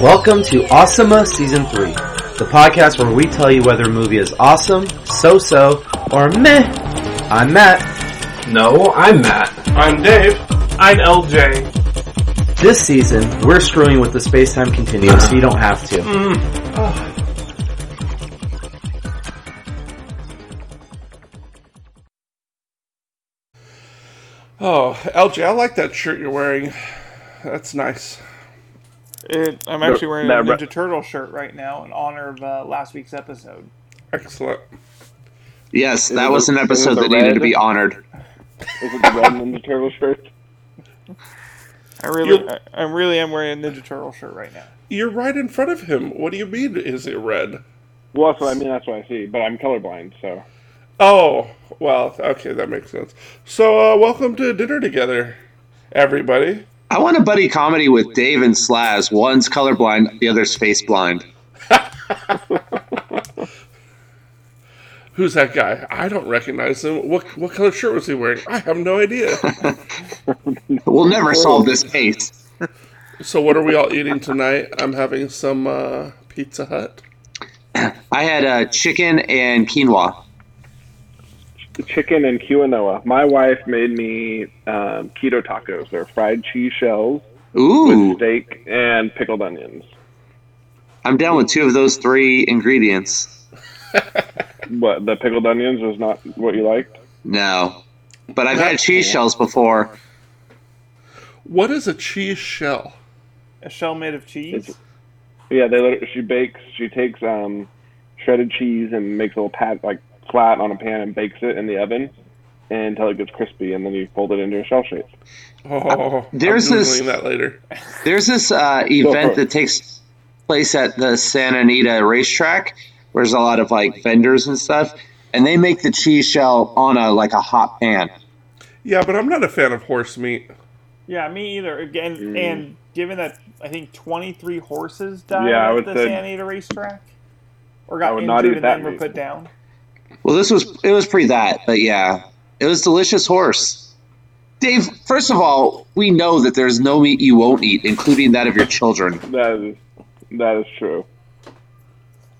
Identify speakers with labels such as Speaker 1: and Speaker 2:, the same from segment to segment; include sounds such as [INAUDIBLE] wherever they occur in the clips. Speaker 1: Welcome to Awesoma Season 3, the podcast where we tell you whether a movie is awesome, so so, or meh. I'm Matt.
Speaker 2: No, I'm Matt.
Speaker 3: I'm Dave. I'm LJ.
Speaker 1: This season, we're screwing with the space time continuum so you don't have to.
Speaker 3: Oh, LJ, I like that shirt you're wearing. That's nice.
Speaker 4: It, I'm actually wearing a
Speaker 2: that re-
Speaker 4: Ninja Turtle shirt right now in honor of uh, last week's episode.
Speaker 3: Excellent.
Speaker 5: Yes,
Speaker 6: it
Speaker 5: that was
Speaker 6: the-
Speaker 5: an
Speaker 6: is it
Speaker 5: episode
Speaker 6: the
Speaker 5: that needed to
Speaker 6: red?
Speaker 5: be honored.
Speaker 6: Is it the red Ninja Turtle shirt?
Speaker 4: I really, I, I really am wearing a Ninja Turtle shirt right now.
Speaker 3: You're right in front of him. What do you mean, is it red?
Speaker 6: Well, that's what I mean. That's what I see. But I'm colorblind, so
Speaker 3: Oh, well, okay, that makes sense. So, uh, welcome to dinner together, everybody.
Speaker 5: I want a buddy comedy with Dave and Slaz. One's colorblind, the other's space blind.
Speaker 3: Who's that guy? I don't recognize him. What what color shirt was he wearing? I have no [LAUGHS] idea.
Speaker 5: We'll never solve this case.
Speaker 3: so, what are we all eating tonight? I'm having some uh, Pizza Hut.
Speaker 5: I had uh, chicken and quinoa.
Speaker 6: chicken and quinoa. My wife made me um, keto tacos. They're fried cheese shells,
Speaker 5: Ooh,
Speaker 6: steak, and pickled onions.
Speaker 5: I'm down with two of those three ingredients.
Speaker 6: What the pickled onions was not what you liked.
Speaker 5: No, but I've had cheese shells before.
Speaker 3: What is a cheese shell?
Speaker 4: A shell made of cheese.
Speaker 6: It's- Yeah, they let her, she bakes. She takes um, shredded cheese and makes a little pat like flat on a pan and bakes it in the oven until it gets crispy, and then you fold it into a shell shape.
Speaker 3: Oh,
Speaker 5: There's
Speaker 3: I'm
Speaker 5: this-
Speaker 3: Googling that later.
Speaker 5: There's this uh, event that takes place at the Santa Anita racetrack, where there's a lot of like vendors and stuff, and they make the cheese shell on a like a hot pan.
Speaker 3: Yeah, but I'm not a fan of horse meat.
Speaker 4: yeah, me either. Again,
Speaker 6: Mm.
Speaker 4: and given that I think 23 horses died
Speaker 6: Yeah, I
Speaker 4: at
Speaker 6: would
Speaker 4: the
Speaker 6: say-
Speaker 4: San Anita racetrack, or
Speaker 6: I
Speaker 4: got
Speaker 6: would
Speaker 4: injured
Speaker 6: not eat
Speaker 4: and
Speaker 6: that
Speaker 4: then were
Speaker 6: meat.
Speaker 4: put down.
Speaker 5: Well, this was it was pre that, but yeah, it was delicious horse. Dave, first of all, we know that there's no meat you won't eat, including that of your children.
Speaker 6: That is that is true.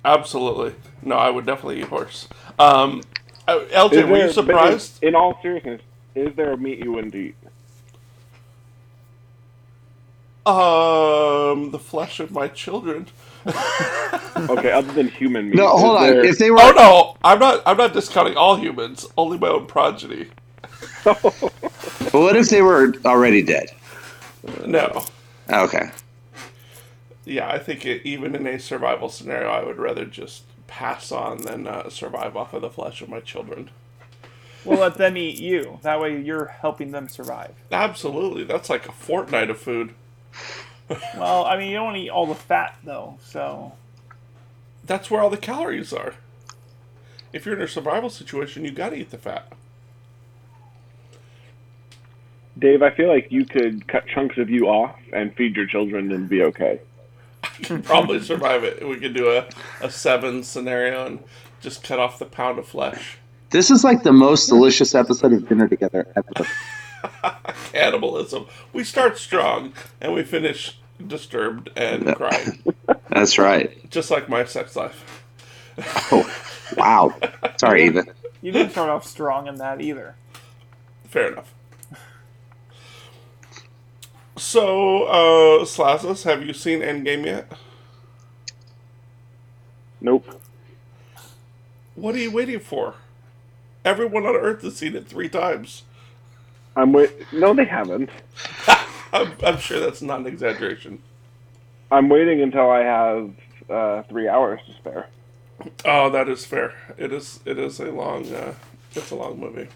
Speaker 3: Absolutely. No, I would definitely eat horse. Um, uh, LJ,
Speaker 6: Is
Speaker 3: were
Speaker 6: there-
Speaker 3: you
Speaker 6: but
Speaker 3: surprised?
Speaker 6: In, in all seriousness, is there a meat you wouldn't eat?
Speaker 3: Um, the flesh of my children.
Speaker 6: Okay, other than human meat.
Speaker 5: No,
Speaker 6: is
Speaker 5: hold on.
Speaker 6: there-
Speaker 5: If they were,
Speaker 3: Oh no, I'm not. I'm not discounting all humans. Only my own progeny.
Speaker 5: but what if they were already dead?
Speaker 3: No.
Speaker 5: Okay.
Speaker 3: Yeah, I think it, even in a survival scenario, I would rather just pass on than uh, survive off of the flesh of my children.
Speaker 4: We'll let them eat you. That way, you're helping them survive.
Speaker 3: Absolutely, that's like a fortnight of food.
Speaker 4: Well, I mean, you don't want to eat all the fat though. So
Speaker 3: That's where all the calories are. If you're in a survival situation, you gotta eat the fat.
Speaker 6: Dave, I feel like you could cut chunks of you off and feed your children and be okay.
Speaker 3: probably survive it. We could do a, a seven scenario and just cut off the pound of flesh.
Speaker 5: This is like the most delicious episode of Dinner Together ever.
Speaker 3: Cannibalism. We start strong and we finish disturbed and crying,
Speaker 5: That's right.
Speaker 3: just like my sex life.
Speaker 5: Oh, Wow. Sorry, Eva.
Speaker 4: you didn't start off strong in that either.
Speaker 3: Fair enough. So, uh, Slazas, have you seen Endgame yet?
Speaker 6: Nope.
Speaker 3: What are you waiting for? Everyone on Earth has seen it three times.
Speaker 6: I'm wait. No, they haven't.
Speaker 3: I'm, I'm sure that's not an exaggeration.
Speaker 6: I'm waiting until I have uh, three hours to spare.
Speaker 3: Oh, that is fair. It is. It is a long. Uh, it's a long movie.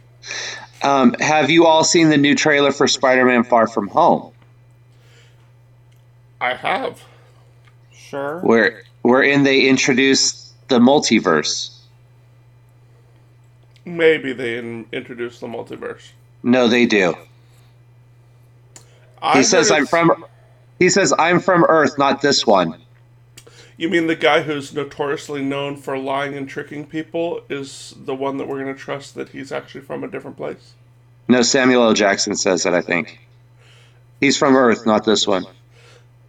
Speaker 5: Um, have you all seen the new trailer for Spider-Man: Far From Home,
Speaker 3: I have.
Speaker 4: Sure.
Speaker 5: where wherein they introduce the multiverse?
Speaker 3: Maybe they in, introduced the multiverse.
Speaker 5: No, they do.
Speaker 3: I
Speaker 5: He
Speaker 3: heard
Speaker 5: says, "I'm
Speaker 3: it's-
Speaker 5: from." He says, "I'm from Earth, not this one."
Speaker 3: You mean the guy who's notoriously known for lying and tricking people is the one that we're going to trust that he's actually from a different place?
Speaker 5: No, Samuel L. Jackson says that. I think he's from Earth, not this one.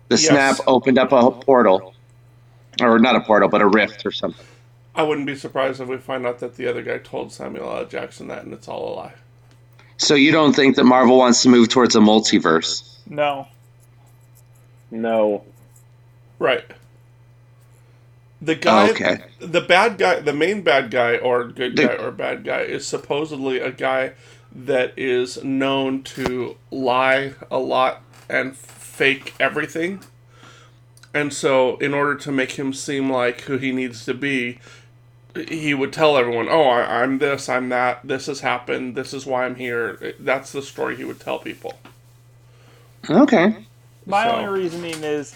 Speaker 5: The
Speaker 3: Yes.
Speaker 5: snap opened up a portal, or not a portal, but a rift or something.
Speaker 3: I wouldn't be surprised if we find out that the other guy told Samuel L. Jackson that, and it's all a lie.
Speaker 5: So you don't think that Marvel wants to move towards a multiverse?
Speaker 4: No.
Speaker 6: No.
Speaker 3: Right. The guy,
Speaker 5: Oh, okay.
Speaker 3: the bad guy, the main bad guy or good
Speaker 5: The-
Speaker 3: guy or bad guy is supposedly a guy that is known to lie a lot and fake everything. And so, in order to make him seem like who he needs to be, he would tell everyone, "Oh, I, I'm this, I'm that. This has happened. This is why I'm here." That's the story he would tell people.
Speaker 5: Okay.
Speaker 4: My
Speaker 3: So-
Speaker 4: only reasoning is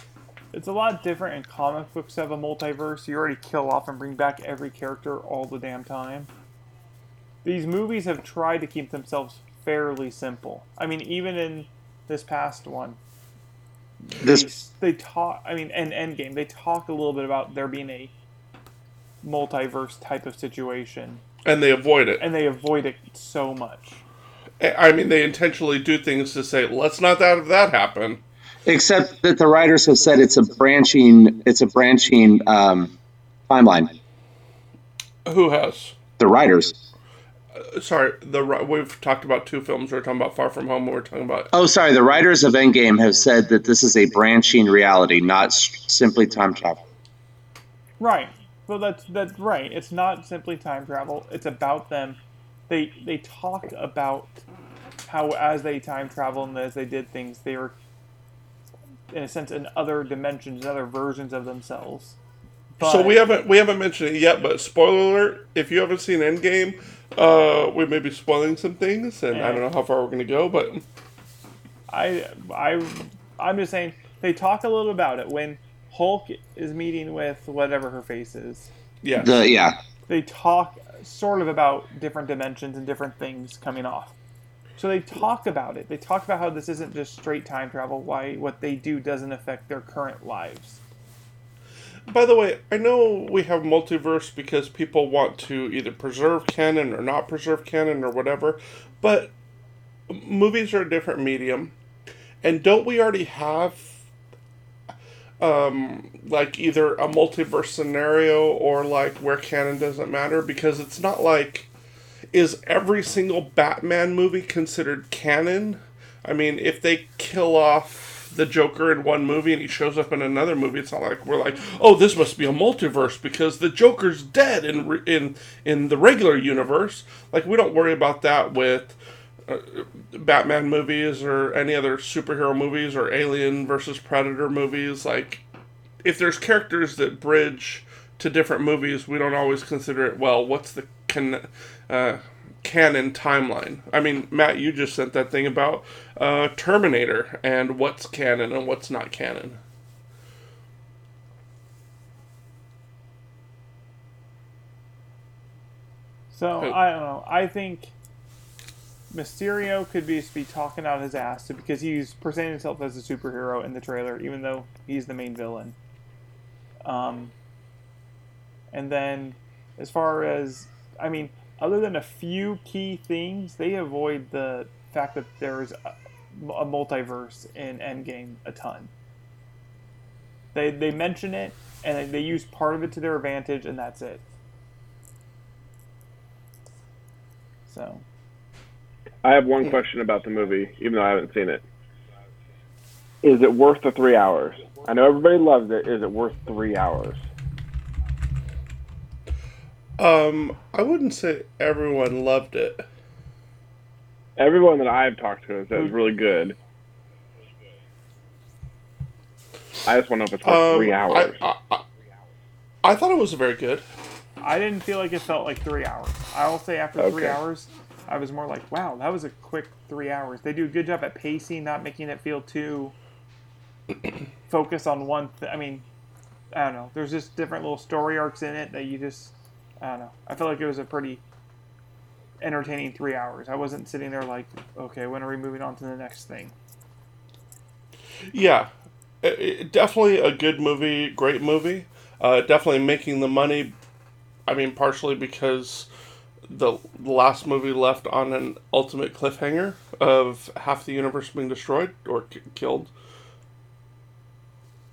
Speaker 4: it's a lot different in comic books to have a multiverse. You already kill off and bring back every character all the damn time. These movies have tried to keep themselves fairly simple. I mean, even in this past one,
Speaker 5: This
Speaker 4: they talk. I mean, and Endgame, they talk a little bit about there being a multiverse type of situation,
Speaker 3: And they avoid it.
Speaker 4: and they avoid it so much.
Speaker 3: I mean, they intentionally do things to say, let's not have that happen.
Speaker 5: except that the writers have said it's a branching it's a branching um, timeline.
Speaker 3: Who has?
Speaker 5: The writers.
Speaker 3: Sorry, the ri- we've talked about two films. We We're talking about Far From Home. and we We're talking about
Speaker 5: Oh, sorry. The writers of Endgame have said that this is a branching reality, not s- simply time travel.
Speaker 4: Right. Well, that's that's right. It's not simply time travel. It's about them. They they talk about how as they time travel and as they did things, they were in a sense in other dimensions, other versions of themselves. But,
Speaker 3: So we haven't we haven't mentioned it yet, but spoiler alert: if you haven't seen Endgame, uh, we may be spoiling some things, and I don't know how far we're going to go, but
Speaker 4: I I I'm just saying they talk a little about it when Hulk is meeting with whatever her face is.
Speaker 3: yeah,
Speaker 5: The yeah.
Speaker 4: they talk sort of about different dimensions and different things coming off. So they talk about it. They talk about how this isn't just straight time travel, why what they do doesn't affect their current lives.
Speaker 3: By the way, I know we have multiverse because people want to either preserve canon or not preserve canon or whatever, but movies are a different medium. And don't we already have um like either a multiverse scenario or like where canon doesn't matter because it's not like is every single Batman movie considered canon? I mean, if they kill off the Joker in one movie and he shows up in another movie, it's not like we're like, oh, this must be a multiverse because the Joker's dead in re- in in the regular universe. Like we don't worry about that with. Uh, Batman movies or any other superhero movies or Alien versus Predator movies, like if there's characters that bridge to different movies, we don't always consider it. Well, what's the con- uh, canon timeline? I mean, Matt, you just sent that thing about uh, Terminator and what's canon and what's not canon.
Speaker 4: So
Speaker 3: Oh.
Speaker 4: I don't know. I think Mysterio could be just be talking out his ass because he's presenting himself as a superhero in the trailer, even though he's the main villain. Um, and then, as far as I mean, other than a few key things, they avoid the fact that there is a, a multiverse in Endgame a ton. They they mention it and they use part of it to their advantage, and that's it. So.
Speaker 6: I have one question about the movie, even though I haven't seen it. Is it worth the three hours? I know everybody loves it. Is it worth three hours?
Speaker 3: Um, I wouldn't say everyone loved it.
Speaker 6: Everyone that I've talked to has said it's really good. I just want to know if it's worth
Speaker 3: Um,
Speaker 6: three hours.
Speaker 3: I, I, I, I thought it was very good.
Speaker 4: I didn't feel like it felt like three hours. I will say after three
Speaker 6: Okay.
Speaker 4: hours, I was more like, wow, that was a quick three hours. They do a good job at pacing, not making it feel too [CLEARS THROAT] focused on one thing. I mean, I don't know. There's just different little story arcs in it that you just, I don't know. I felt like it was a pretty entertaining three hours. I wasn't sitting there like, okay, when are we moving on to the next thing?
Speaker 3: Yeah, It- it- definitely a good movie, great movie. Uh, definitely making the money. I mean, partially because the last movie left on an ultimate cliffhanger of half the universe being destroyed or k- killed.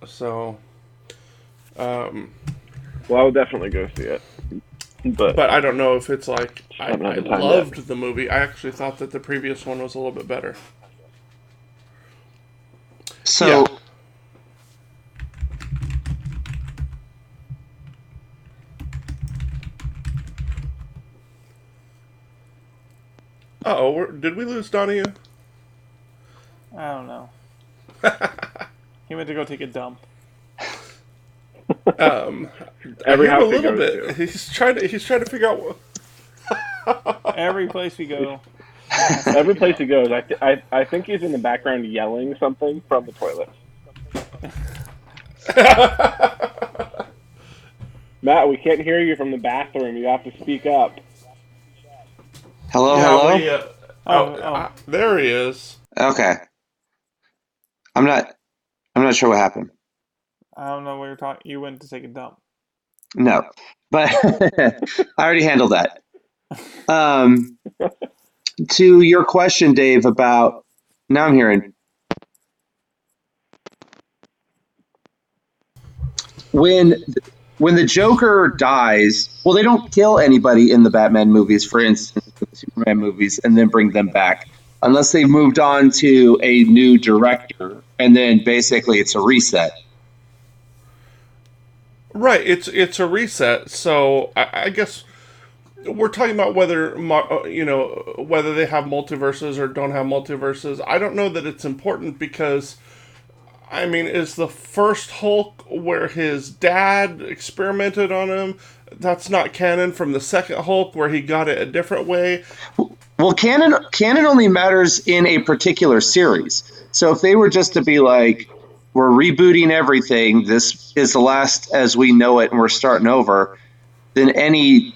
Speaker 3: So, um,
Speaker 6: Well, I would definitely go see it. But,
Speaker 3: but I don't know if it's like I,
Speaker 6: Haven't
Speaker 3: I
Speaker 6: had the time
Speaker 3: loved the movie. I actually thought that the previous one was a little bit better.
Speaker 5: So
Speaker 3: Yeah. Oh, we're- did we lose Donnie?
Speaker 4: I don't know. he went to go take a dump.
Speaker 3: Um,
Speaker 6: every
Speaker 3: I hear him
Speaker 6: house
Speaker 3: a
Speaker 6: he
Speaker 3: little
Speaker 6: goes
Speaker 3: bit.
Speaker 6: to.
Speaker 3: [LAUGHS] He's trying to. He's trying to figure out. What,
Speaker 4: Every place we go,
Speaker 6: Every place he goes, I, th- I, I think he's in the background yelling something from the toilet.
Speaker 3: [LAUGHS]
Speaker 6: Matt, we can't hear you from the bathroom. You have to speak up.
Speaker 5: hello,
Speaker 3: Yeah,
Speaker 5: hello.
Speaker 3: we, uh,
Speaker 4: Oh,
Speaker 3: oh,
Speaker 4: oh.
Speaker 3: uh, there he is.
Speaker 5: Okay. I'm not. I'm not sure what happened.
Speaker 4: I don't know what you're talking. You went to take a dump.
Speaker 5: No, but [LAUGHS] I already handled that. Um, to your question, Dave, about now I'm hearing. When when the Joker dies, well, they don't kill anybody in the Batman movies, for instance, the Superman movies, and then bring them back, unless they've moved on to a new director, and then basically it's a reset.
Speaker 3: Right. It's it's a reset. So I, I guess we're talking about whether mo- uh, you know whether they have multiverses or don't have multiverses. I don't know that it's important because. I mean, is the first Hulk where his dad experimented on him? That's not canon from the second Hulk where he got it a different way.
Speaker 5: Well, canon canon only matters in a particular series. So if they were just to be like, we're rebooting everything, this is the last as we know it, and we're starting over, then any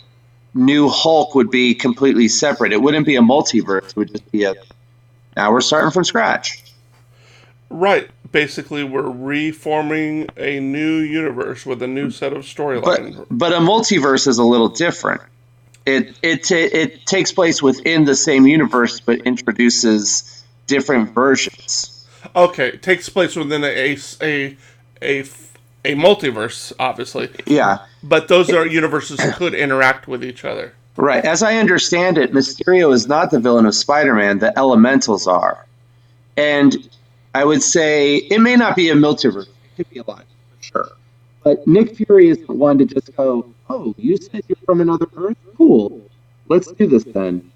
Speaker 5: new Hulk would be completely separate. It wouldn't be a multiverse. It would just be a now we're starting from scratch.
Speaker 3: Right. Basically, we're reforming a new universe with a new set of
Speaker 5: But
Speaker 3: storyline.
Speaker 5: but a multiverse is a little different. It it ta- it takes place within the same universe, but introduces different versions.
Speaker 3: Okay, it takes place within a a a a multiverse, obviously,
Speaker 5: Yeah.
Speaker 3: but those are universes could interact with each other.
Speaker 5: Right. As I understand it, Mysterio is not the villain of Spider Man, the elementals are. And I would say it may not be a multiverse, it could be a lot, for sure. But Nick Fury isn't one to just go, oh, you said you're from another Earth? Cool. Let's do this then.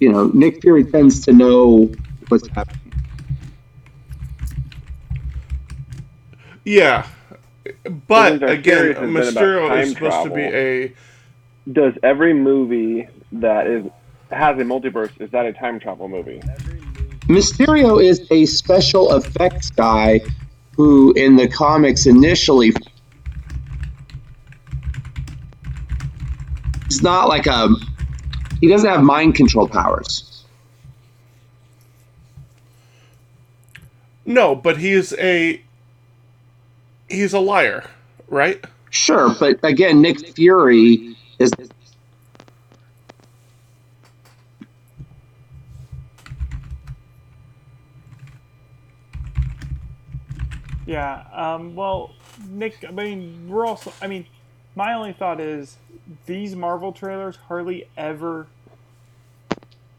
Speaker 5: You know, Nick Fury tends to know what's happening.
Speaker 3: Yeah, but
Speaker 6: Things are
Speaker 3: again,
Speaker 6: serious has been about
Speaker 3: Mysterio
Speaker 6: time
Speaker 3: is supposed to be
Speaker 6: travel.
Speaker 3: a
Speaker 6: Does every movie that is has a multiverse is that a time travel movie?
Speaker 5: Mysterio is a special effects guy who, in the comics, initially he's not like a he doesn't have mind control powers.
Speaker 3: no, but he's a he's a liar, right?
Speaker 5: Sure, but again, Nick Fury is
Speaker 4: Yeah. Um, well, Nick, I mean, we're also. I mean, my only thought is these Marvel trailers hardly ever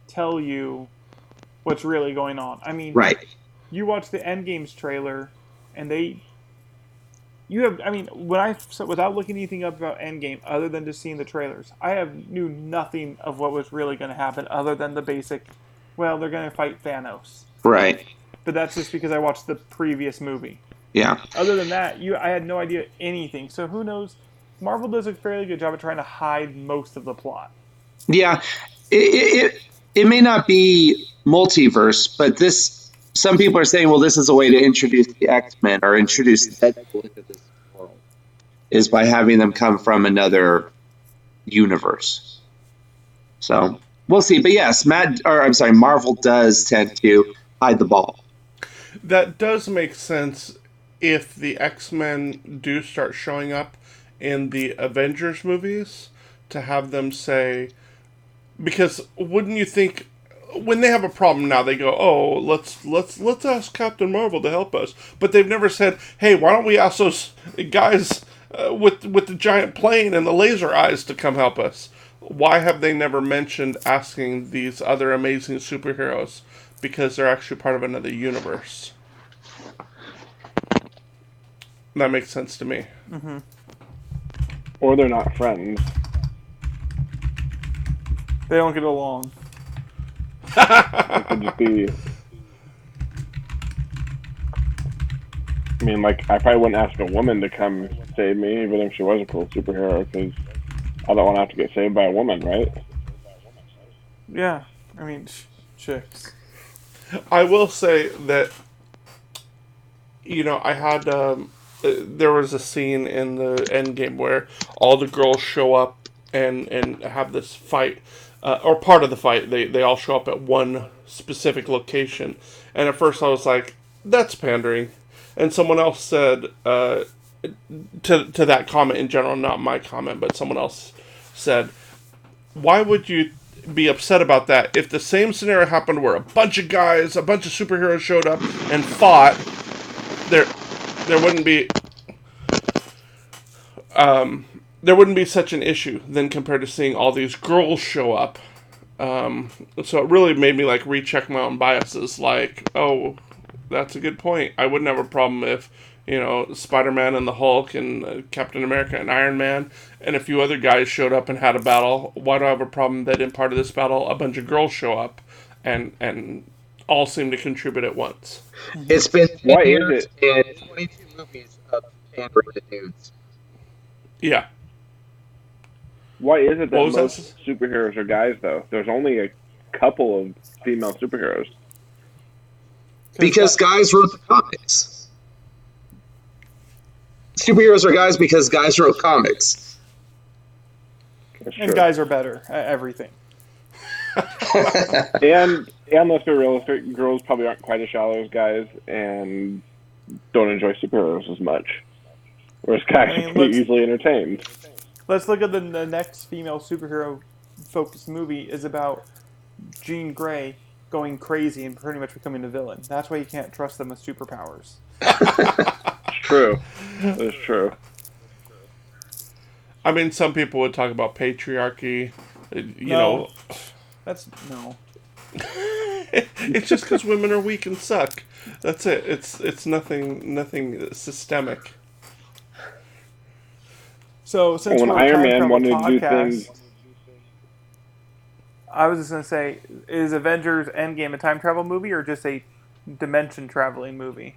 Speaker 4: tell you what's really going on. I mean,
Speaker 5: right.
Speaker 4: you watch the Endgames trailer, and they, you have. I mean, when I so without looking anything up about Endgame other than just seeing the trailers, I have knew nothing of what was really going to happen other than the basic. Well, they're going to fight Thanos,
Speaker 5: Right.
Speaker 4: but that's just because I watched the previous movie
Speaker 5: Yeah.
Speaker 4: other than that, you I had no idea anything. So who knows? Marvel does a fairly good job at trying to hide most of the plot.
Speaker 5: Yeah, it, it, it, it may not be multiverse, but this some people are saying, well, this is a way to introduce the X Men or introduce Deadpool into this world is by having them come from another universe. So we'll see. But yes, Matt, or I'm sorry, Marvel does tend to hide the ball.
Speaker 3: That does make sense if the X Men do start showing up in the Avengers movies to have them say, because wouldn't you think when they have a problem now, they go, "Oh, let's let's let's ask Captain Marvel to help us." But they've never said, "Hey, why don't we ask those guys uh, with with the giant plane and the laser eyes to come help us?" Why have they never mentioned asking these other amazing superheroes? Because they're actually part of another universe. That makes sense to me.
Speaker 6: Or they're not friends.
Speaker 4: They don't get along.
Speaker 6: It could just be. I mean, like, I probably wouldn't ask a woman to come save me, even if she was a cool superhero, because I don't want to have to get saved by a woman, right?
Speaker 4: Yeah, I mean, sh- chicks.
Speaker 3: I will say that, you know, I had um, uh, there was a scene in the end game where all the girls show up and and have this fight, uh, or part of the fight. They they all show up at one specific location, and at first I was like, that's pandering, and someone else said. Uh, to, to that comment in general, not my comment, but someone else said, why would you be upset about that if the same scenario happened where a bunch of guys, a bunch of superheroes showed up and fought? There, there wouldn't be, um, there wouldn't be such an issue then compared to seeing all these girls show up. Um, so it really made me like recheck my own biases. Like, oh, that's a good point. I wouldn't have a problem if you know Spider Man and the Hulk and uh, Captain America and Iron Man and a few other guys showed up and had a battle. Why do I have a problem that in part of this battle a bunch of girls show up and and all seem to contribute at once?
Speaker 5: It's been
Speaker 6: Why is
Speaker 5: years and 22 movies of pandering to dudes.
Speaker 3: Yeah,
Speaker 6: Why is it that
Speaker 3: What was that?
Speaker 6: most superheroes are guys, though? There's only a couple of female superheroes.
Speaker 5: Because guys wrote the comics. Superheroes are guys because guys wrote comics.
Speaker 6: That's
Speaker 4: and
Speaker 6: true.
Speaker 4: guys are better at everything.
Speaker 6: And, and let's be realistic, girls probably aren't quite as shallow as guys and don't enjoy superheroes as much. Whereas guys
Speaker 4: I mean,
Speaker 6: are pretty
Speaker 4: let's-
Speaker 6: easily entertained.
Speaker 4: Let's look at the, the next female superhero focused movie is about Jean Grey going crazy and pretty much becoming a villain. That's why you can't trust them with superpowers.
Speaker 6: It's true. It's true.
Speaker 3: I mean, some people would talk about patriarchy. uh, You know, [LAUGHS]
Speaker 4: No. That's no.
Speaker 3: it's just because women are weak and suck. That's it. It's it's nothing nothing systemic.
Speaker 4: So since
Speaker 6: When
Speaker 4: we're a
Speaker 6: Iron
Speaker 4: time
Speaker 6: Man
Speaker 4: travel
Speaker 6: wanted to do
Speaker 4: podcast,
Speaker 6: things,
Speaker 4: I was just gonna say, is Avengers Endgame a time travel movie or just a dimension traveling movie?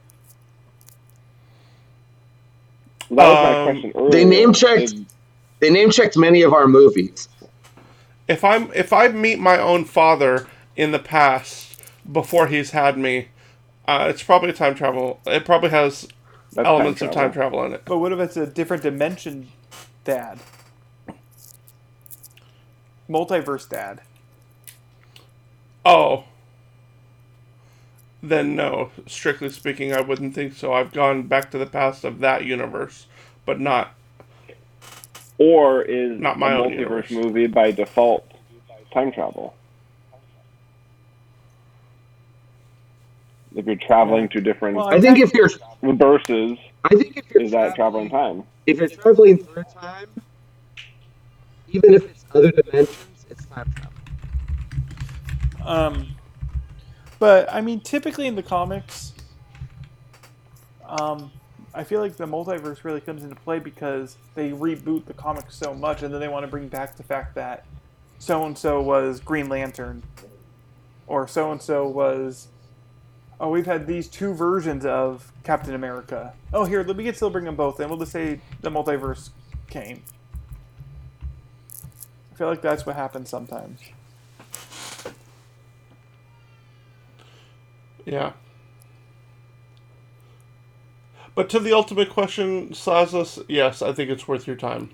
Speaker 6: that was
Speaker 3: Um,
Speaker 6: my question earlier.
Speaker 5: They name checked.
Speaker 6: Is-
Speaker 5: They name checked many of our movies.
Speaker 3: if I'm if I meet my own father in the past before he's had me, uh, it's probably time travel. It probably has
Speaker 6: that's
Speaker 3: elements of time
Speaker 6: travel.
Speaker 3: travel in it.
Speaker 4: But what if it's a different dimension, Dad? Multiverse Dad.
Speaker 3: Oh, then no. Strictly speaking, I wouldn't think so. I've gone back to the past of that universe, but not.
Speaker 6: Or is
Speaker 3: Not my
Speaker 6: a
Speaker 3: own universe.
Speaker 6: multiverse movie by default time travel? If you're traveling to different
Speaker 4: Well,
Speaker 5: I think if you're,
Speaker 6: verses,
Speaker 5: I think if you're
Speaker 6: is that traveling time?
Speaker 5: if you're traveling through time, even if it's other dimensions, it's time travel.
Speaker 4: Um, but I mean, typically in the comics, um, I feel like the multiverse really comes into play because they reboot the comics so much, and then they want to bring back the fact that so and so was Green Lantern, or so and so was. Oh, we've had these two versions of Captain America. Oh, here, we can still bring them both in. We'll just say the multiverse came. I feel like that's what happens sometimes.
Speaker 3: Yeah. But to the ultimate question, Sazas, yes, I think it's worth your time.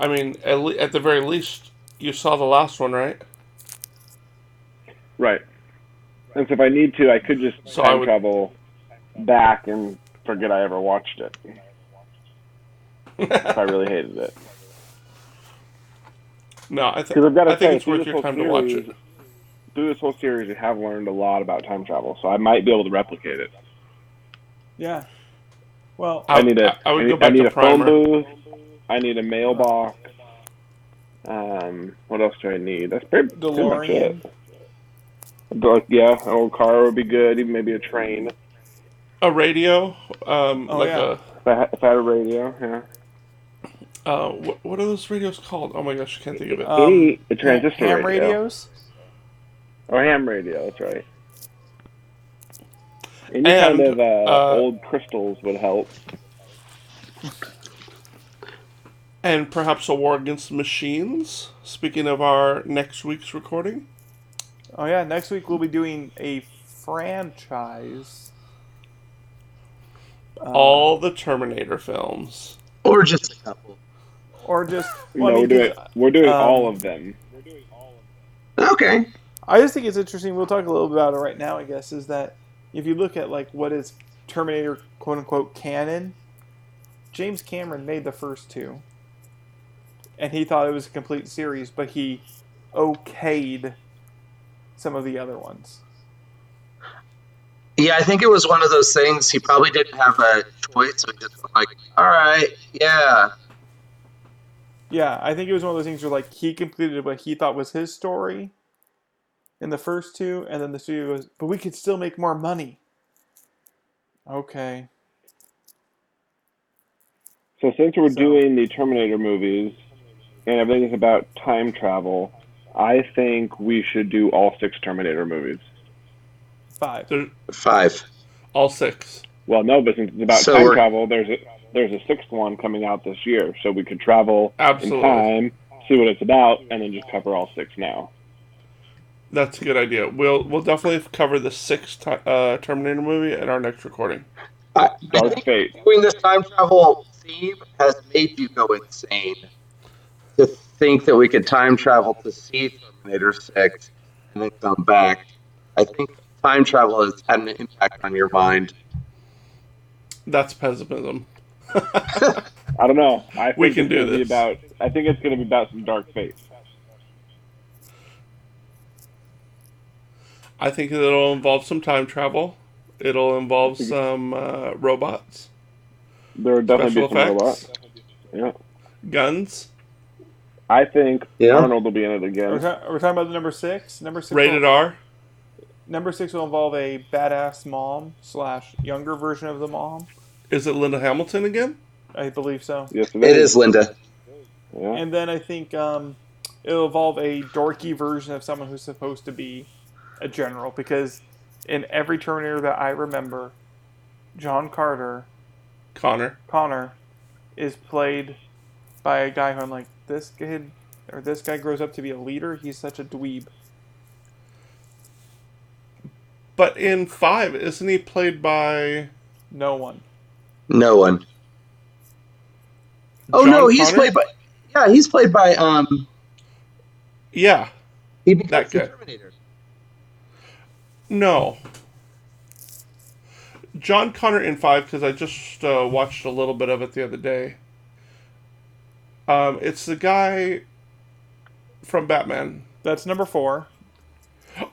Speaker 3: I mean, at, le- at the very least, you saw the last one, right?
Speaker 6: Right. And so if I need to, I could just
Speaker 3: So I
Speaker 6: time
Speaker 3: would-
Speaker 6: travel back and forget I ever watched it. if I really
Speaker 3: [LAUGHS]
Speaker 6: hated it.
Speaker 3: No, I, th-
Speaker 6: Because I've got to
Speaker 3: I think
Speaker 6: say,
Speaker 3: it's worth your
Speaker 6: Physical
Speaker 3: time to watch
Speaker 6: Theories
Speaker 3: it.
Speaker 6: through this whole series, we have learned a lot about time travel, so I might be able to replicate it.
Speaker 4: Yeah. Well,
Speaker 6: I need a
Speaker 3: I- I would
Speaker 6: I need,
Speaker 3: go back
Speaker 6: I need
Speaker 3: to
Speaker 6: a phone
Speaker 3: primer.
Speaker 6: booth. I need a mailbox. Um, what else do I need? That's pretty, pretty much it.
Speaker 4: DeLorean.
Speaker 6: But, yeah, an old car would be good. Even maybe a train.
Speaker 3: A radio, um,
Speaker 4: Oh,
Speaker 3: like
Speaker 4: yeah.
Speaker 6: If I, ha- if I had a radio, yeah.
Speaker 3: a uh, what, what are those radios called? Oh my gosh, I can't think of it.
Speaker 4: Um,
Speaker 6: Any a transistor
Speaker 4: ham
Speaker 6: radio.
Speaker 4: radios.
Speaker 6: or ham radio. That's right. Any
Speaker 3: And,
Speaker 6: kind of uh,
Speaker 3: uh,
Speaker 6: old crystals would help.
Speaker 3: and perhaps a war against machines. Speaking of our next week's recording,
Speaker 4: Oh yeah, next week we'll be doing a franchise. Uh,
Speaker 3: all the Terminator films.
Speaker 5: or just a couple.
Speaker 4: or just
Speaker 6: No,
Speaker 4: well, I mean,
Speaker 6: we're doing
Speaker 4: 'cause
Speaker 6: we're doing
Speaker 4: um,
Speaker 6: all of them.
Speaker 5: Okay.
Speaker 4: I just think it's interesting. We'll talk a little bit about it right now. I guess is that if you look at like what is Terminator quote unquote canon, James Cameron made the first two, and he thought it was a complete series, but he okayed some of the other ones.
Speaker 5: Yeah, I think it was one of those things. He probably didn't have a choice. So he just went like, all right, yeah.
Speaker 4: Yeah, I think it was one of those things where like he completed what he thought was his story in the first two, and then the studio goes, "But we could still make more money." Okay.
Speaker 6: So since we're
Speaker 4: So-
Speaker 6: doing the Terminator movies and everything's about time travel, I think we should do all six Terminator movies.
Speaker 4: Five.
Speaker 3: There,
Speaker 5: Five.
Speaker 3: all six.
Speaker 6: Well, no, but since it's about
Speaker 5: So
Speaker 6: time
Speaker 5: we're-
Speaker 6: travel, there's a there's a sixth one coming out this year, so we could travel
Speaker 3: Absolutely.
Speaker 6: in time, see what it's about, and then just cover all six now.
Speaker 3: That's a good idea. We'll we'll definitely cover the sixth ti- uh, Terminator movie at our next recording.
Speaker 5: I, I
Speaker 6: Dark
Speaker 5: think
Speaker 6: Fate.
Speaker 5: doing this time travel theme has made you go insane. To think that we could time travel to see Terminator 6 and then come back. I think time travel has had an impact on your mind.
Speaker 3: That's pessimism.
Speaker 6: I don't know. I think
Speaker 3: We can
Speaker 6: it's
Speaker 3: do
Speaker 6: gonna be
Speaker 3: this.
Speaker 6: about. I think it's going to be about some Dark Fate.
Speaker 3: I think it'll involve some time travel. It'll involve some uh, robots,
Speaker 6: There would definitely
Speaker 3: special
Speaker 6: be some robots.
Speaker 3: effects,
Speaker 6: Yeah.
Speaker 3: guns.
Speaker 6: I think
Speaker 5: Yeah.
Speaker 6: Arnold will be in it
Speaker 4: We're,
Speaker 6: again.
Speaker 4: ta- we're talking about the number six. Number six.
Speaker 3: Rated
Speaker 4: will,
Speaker 3: R.
Speaker 4: Number six will involve a badass mom slash younger version of the mom.
Speaker 3: Is it Linda Hamilton again?
Speaker 4: I believe so.
Speaker 6: Yes,
Speaker 5: It is, Linda.
Speaker 6: Yeah.
Speaker 4: And then I think um, it'll evolve a dorky version of someone who's supposed to be a general because in every Terminator that I remember, John Carter
Speaker 3: Connor.
Speaker 4: Connor is played by a guy who I'm like this kid or this guy grows up to be a leader. He's such a dweeb.
Speaker 3: But in five, isn't he played by?
Speaker 4: No one.
Speaker 5: No one. Oh
Speaker 3: John
Speaker 5: no, he's
Speaker 3: Connor?
Speaker 5: played by Yeah, he's played by um
Speaker 3: Yeah.
Speaker 5: he becomes
Speaker 3: That
Speaker 5: the
Speaker 3: guy.
Speaker 5: Terminator.
Speaker 3: No. John Connor in five because I just uh, watched a little bit of it the other day. Um, it's the guy from Batman.
Speaker 4: That's number four.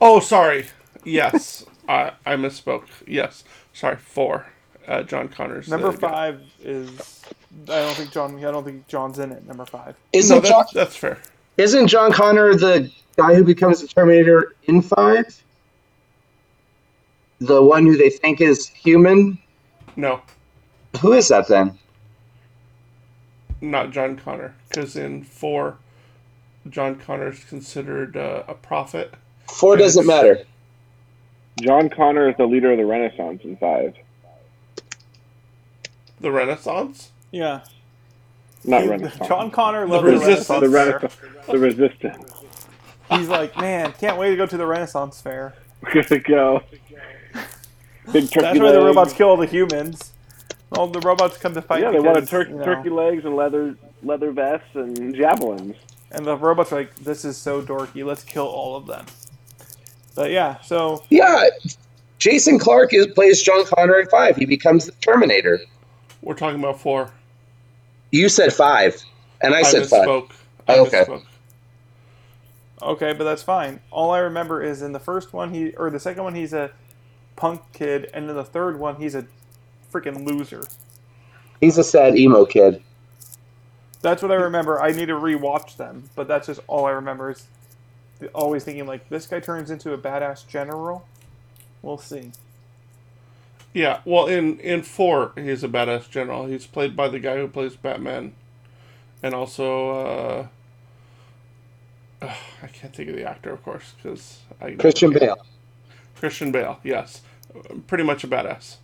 Speaker 3: Oh, sorry. Yes, I I misspoke. Yes, sorry. Four. Uh, John Connor's the
Speaker 4: Number
Speaker 3: guy.
Speaker 4: five is I don't think John. I don't think John's in it. Number five.
Speaker 5: Isn't
Speaker 3: No,
Speaker 5: John
Speaker 3: that's, that's fair.
Speaker 5: isn't John Connor the guy who becomes the Terminator in five? The one who they think is human?
Speaker 3: No,
Speaker 5: Who is that then?
Speaker 3: not John Connor. Because in four, John Connor's considered uh, a prophet.
Speaker 5: Four doesn't matter.
Speaker 6: John Connor is the leader of the Renaissance in five.
Speaker 3: The Renaissance.
Speaker 4: Yeah.
Speaker 6: Not
Speaker 4: He-
Speaker 6: Renaissance.
Speaker 4: John Connor loved the,
Speaker 6: the,
Speaker 3: Resistance.
Speaker 4: Renaissance.
Speaker 6: Resistance. the, Renaissance. the Resistance. [LAUGHS]
Speaker 4: Fair. He's like, man, can't wait to go to the Renaissance
Speaker 6: [LAUGHS]
Speaker 4: fair.
Speaker 6: We're gonna go. Big turkey
Speaker 4: That's where the
Speaker 6: legs.
Speaker 4: robots kill all the humans. All the robots come to fight.
Speaker 6: Yeah, they wanted
Speaker 4: because,
Speaker 6: tur-
Speaker 4: you know,
Speaker 6: turkey legs and leather leather vests and javelins.
Speaker 4: And the robots are like, this is so dorky. Let's kill all of them. But yeah, so
Speaker 5: Yeah. Jason Clark is, plays John Connor in five. He becomes the Terminator.
Speaker 3: We're talking about four.
Speaker 5: You said five, and I,
Speaker 3: I
Speaker 5: said five.
Speaker 3: misspoke. I
Speaker 5: Okay.
Speaker 3: misspoke.
Speaker 4: Okay, but that's fine. All I remember is in the first one he or the second one he's a punk kid, and in the third one he's a freaking loser.
Speaker 5: He's a sad emo kid.
Speaker 4: That's what I remember. I need to rewatch them, but that's just all I remember is always thinking like this guy turns into a badass general. We'll see.
Speaker 3: Yeah, well, in in four, he's a badass general. He's played by the guy who plays Batman, and also uh, ugh, I can't think of the actor, of course, because
Speaker 5: Christian Bale,
Speaker 3: Christian Bale, yes, pretty much a badass.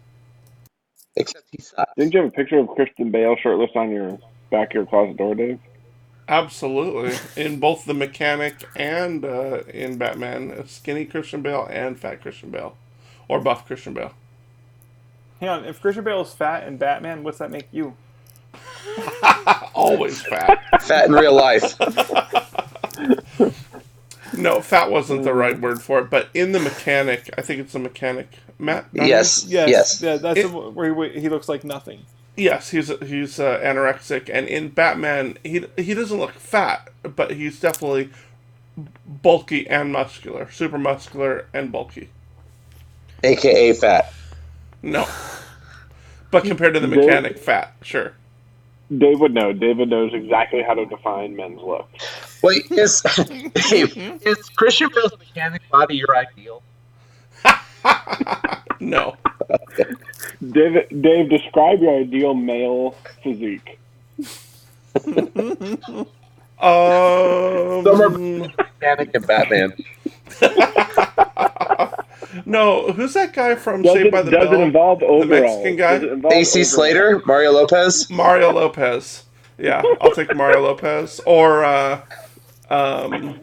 Speaker 5: except he sucks.
Speaker 6: Didn't you have a picture of Christian Bale shirtless on your back of your closet door, Dave?
Speaker 3: Absolutely, in both the mechanic and uh, in Batman, skinny Christian Bale and fat Christian Bale, or buff Christian Bale.
Speaker 4: Hang on, if Christian Bale is fat and Batman, what's that make you?
Speaker 3: Always fat.
Speaker 5: Fat in real life.
Speaker 3: No, fat wasn't the right word for it, but in the mechanic, I think it's the mechanic. Matt? Dunn?
Speaker 5: yes. Yes.
Speaker 4: yeah, that's
Speaker 3: It-
Speaker 4: the one where he, he looks like nothing.
Speaker 3: Yes, he's he's uh, anorexic, and in Batman, he he doesn't look fat, but he's definitely bulky and muscular, super muscular and bulky.
Speaker 5: AKA fat.
Speaker 3: No, but compared to the mechanic, fat, sure.
Speaker 6: Dave would know. David knows exactly how to define men's look.
Speaker 5: Wait, is [LAUGHS] Dave, is Christian Bale's mechanic body your ideal?
Speaker 3: No,
Speaker 6: Dave, Dave, describe your ideal male physique.
Speaker 3: um,
Speaker 5: Mechanic and Batman.
Speaker 3: no. Who's that guy from
Speaker 6: Does,
Speaker 3: Saved
Speaker 6: it,
Speaker 3: by the
Speaker 6: does
Speaker 3: Bell?
Speaker 6: it involve overalls?
Speaker 3: Mexican guy?
Speaker 6: Does it involve
Speaker 5: AC
Speaker 6: overalls?
Speaker 5: Slater, Mario Lopez.
Speaker 3: Mario Lopez. Yeah, I'll take Mario Lopez or uh, um,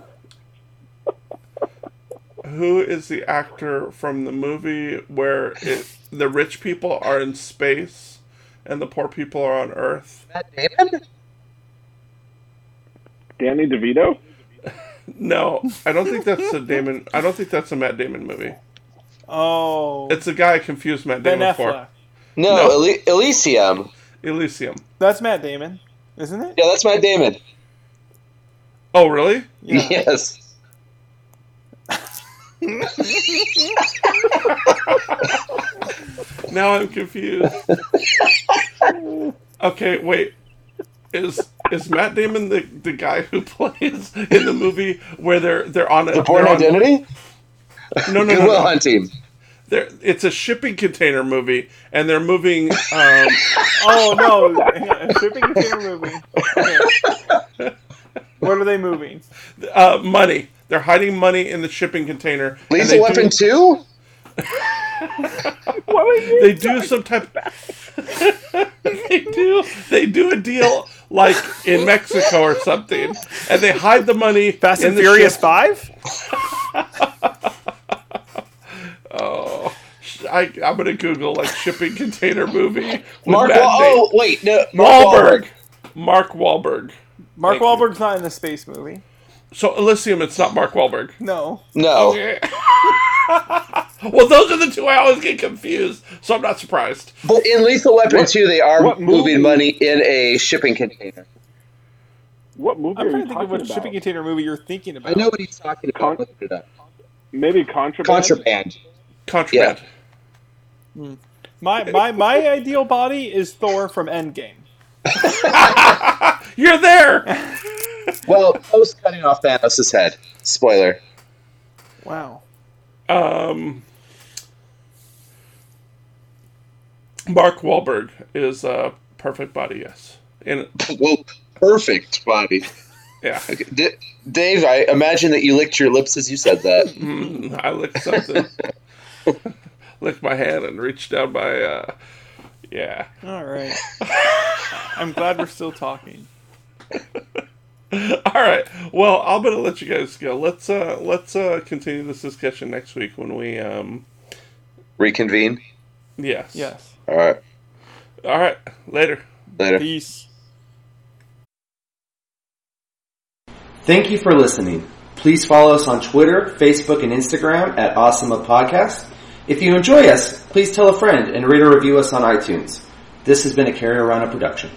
Speaker 3: who is the actor from the movie where it, the rich people are in space and the poor people are on Earth?
Speaker 5: Matt Damon.
Speaker 6: Danny DeVito?
Speaker 3: No, I don't think that's a Damon. I don't think that's a Matt Damon movie.
Speaker 4: Oh,
Speaker 3: It's a guy I confused Matt
Speaker 4: Ben
Speaker 3: Damon
Speaker 4: Affleck.
Speaker 3: for
Speaker 5: No,
Speaker 3: No.
Speaker 5: Eli- Elysium.
Speaker 3: Elysium.
Speaker 4: That's Matt Damon, isn't it?
Speaker 5: Yeah, that's Matt Damon.
Speaker 3: Oh, really?
Speaker 4: Yeah.
Speaker 5: [LAUGHS] Yes.
Speaker 3: Now I'm confused. okay, wait. Is is Matt Damon the, the guy who [LAUGHS] plays in the movie where they're they're on a
Speaker 5: The Born
Speaker 3: they're on-
Speaker 5: Identity. [LAUGHS]
Speaker 3: No, no, no.
Speaker 5: Goodwill
Speaker 3: no.
Speaker 5: Hunting.
Speaker 3: They're, it's a shipping container movie, and they're moving. Um,
Speaker 4: Oh no, hang [LAUGHS] on, a shipping container movie. Okay. What are they moving?
Speaker 3: uh, money. They're hiding money in the shipping container. and
Speaker 5: Lethal
Speaker 3: they Do,
Speaker 5: Weapon Two.
Speaker 6: What are
Speaker 3: [LAUGHS]
Speaker 6: you?
Speaker 3: they do some
Speaker 5: [LAUGHS]
Speaker 3: type. [LAUGHS] they do. They do a deal like in Mexico or something, and they hide the money.
Speaker 4: Fast
Speaker 3: in
Speaker 4: and
Speaker 3: the
Speaker 4: Furious
Speaker 3: ship. [LAUGHS]
Speaker 4: Five.
Speaker 3: Oh, I, I'm gonna Google like shipping container movie. with
Speaker 5: Mark.
Speaker 3: Matt
Speaker 5: Wa-
Speaker 3: Damon.
Speaker 5: oh wait, no. Mark
Speaker 3: Wahlberg. Mark Wahlberg.
Speaker 4: Mark
Speaker 3: Thank you.
Speaker 4: Wahlberg's not in the space movie.
Speaker 3: So Elysium, it's not Mark Wahlberg.
Speaker 5: [LAUGHS]
Speaker 4: No.
Speaker 5: No.
Speaker 3: well, those are the two I always get confused, so I'm not surprised.
Speaker 5: But in Lethal Weapon Two, they are
Speaker 6: what movie?
Speaker 5: moving money in a shipping container.
Speaker 6: What movie
Speaker 4: I'm trying
Speaker 6: are
Speaker 4: to
Speaker 6: you
Speaker 4: think of
Speaker 6: talking
Speaker 4: what
Speaker 6: about?
Speaker 4: shipping container movie you're thinking
Speaker 5: I
Speaker 4: about.
Speaker 5: know what he's talking about.
Speaker 6: Con-
Speaker 5: Look it up.
Speaker 6: Maybe Contraband?
Speaker 5: Contraband.
Speaker 3: Contraband.
Speaker 5: Yeah.
Speaker 4: My my my ideal body is Thor from Endgame.
Speaker 3: You're there.
Speaker 5: Well, post cutting off Thanos' head. Spoiler.
Speaker 4: Wow.
Speaker 3: Um, Mark Wahlberg is a uh, perfect body. Yes. In
Speaker 5: Well, perfect body.
Speaker 3: yeah, [LAUGHS]
Speaker 5: D- Dave, I imagine that you licked your lips as you said that.
Speaker 3: I licked something. [LAUGHS] licked my hand and reached down my. Uh, yeah. [LAUGHS]
Speaker 4: All right. I'm glad we're still talking.
Speaker 3: All right. Well, I'm gonna let you guys go. Let's uh let's uh continue this discussion next week when we um
Speaker 5: Reconvene.
Speaker 3: yes
Speaker 4: Yes.
Speaker 5: All right.
Speaker 3: all right later.
Speaker 5: Later.
Speaker 4: Peace.
Speaker 1: Thank you for listening. Please follow us on Twitter, Facebook, and Instagram at Awesome A Podcast. If you enjoy us, please tell a friend and rate or review us on iTunes. This has been a Carry Around production.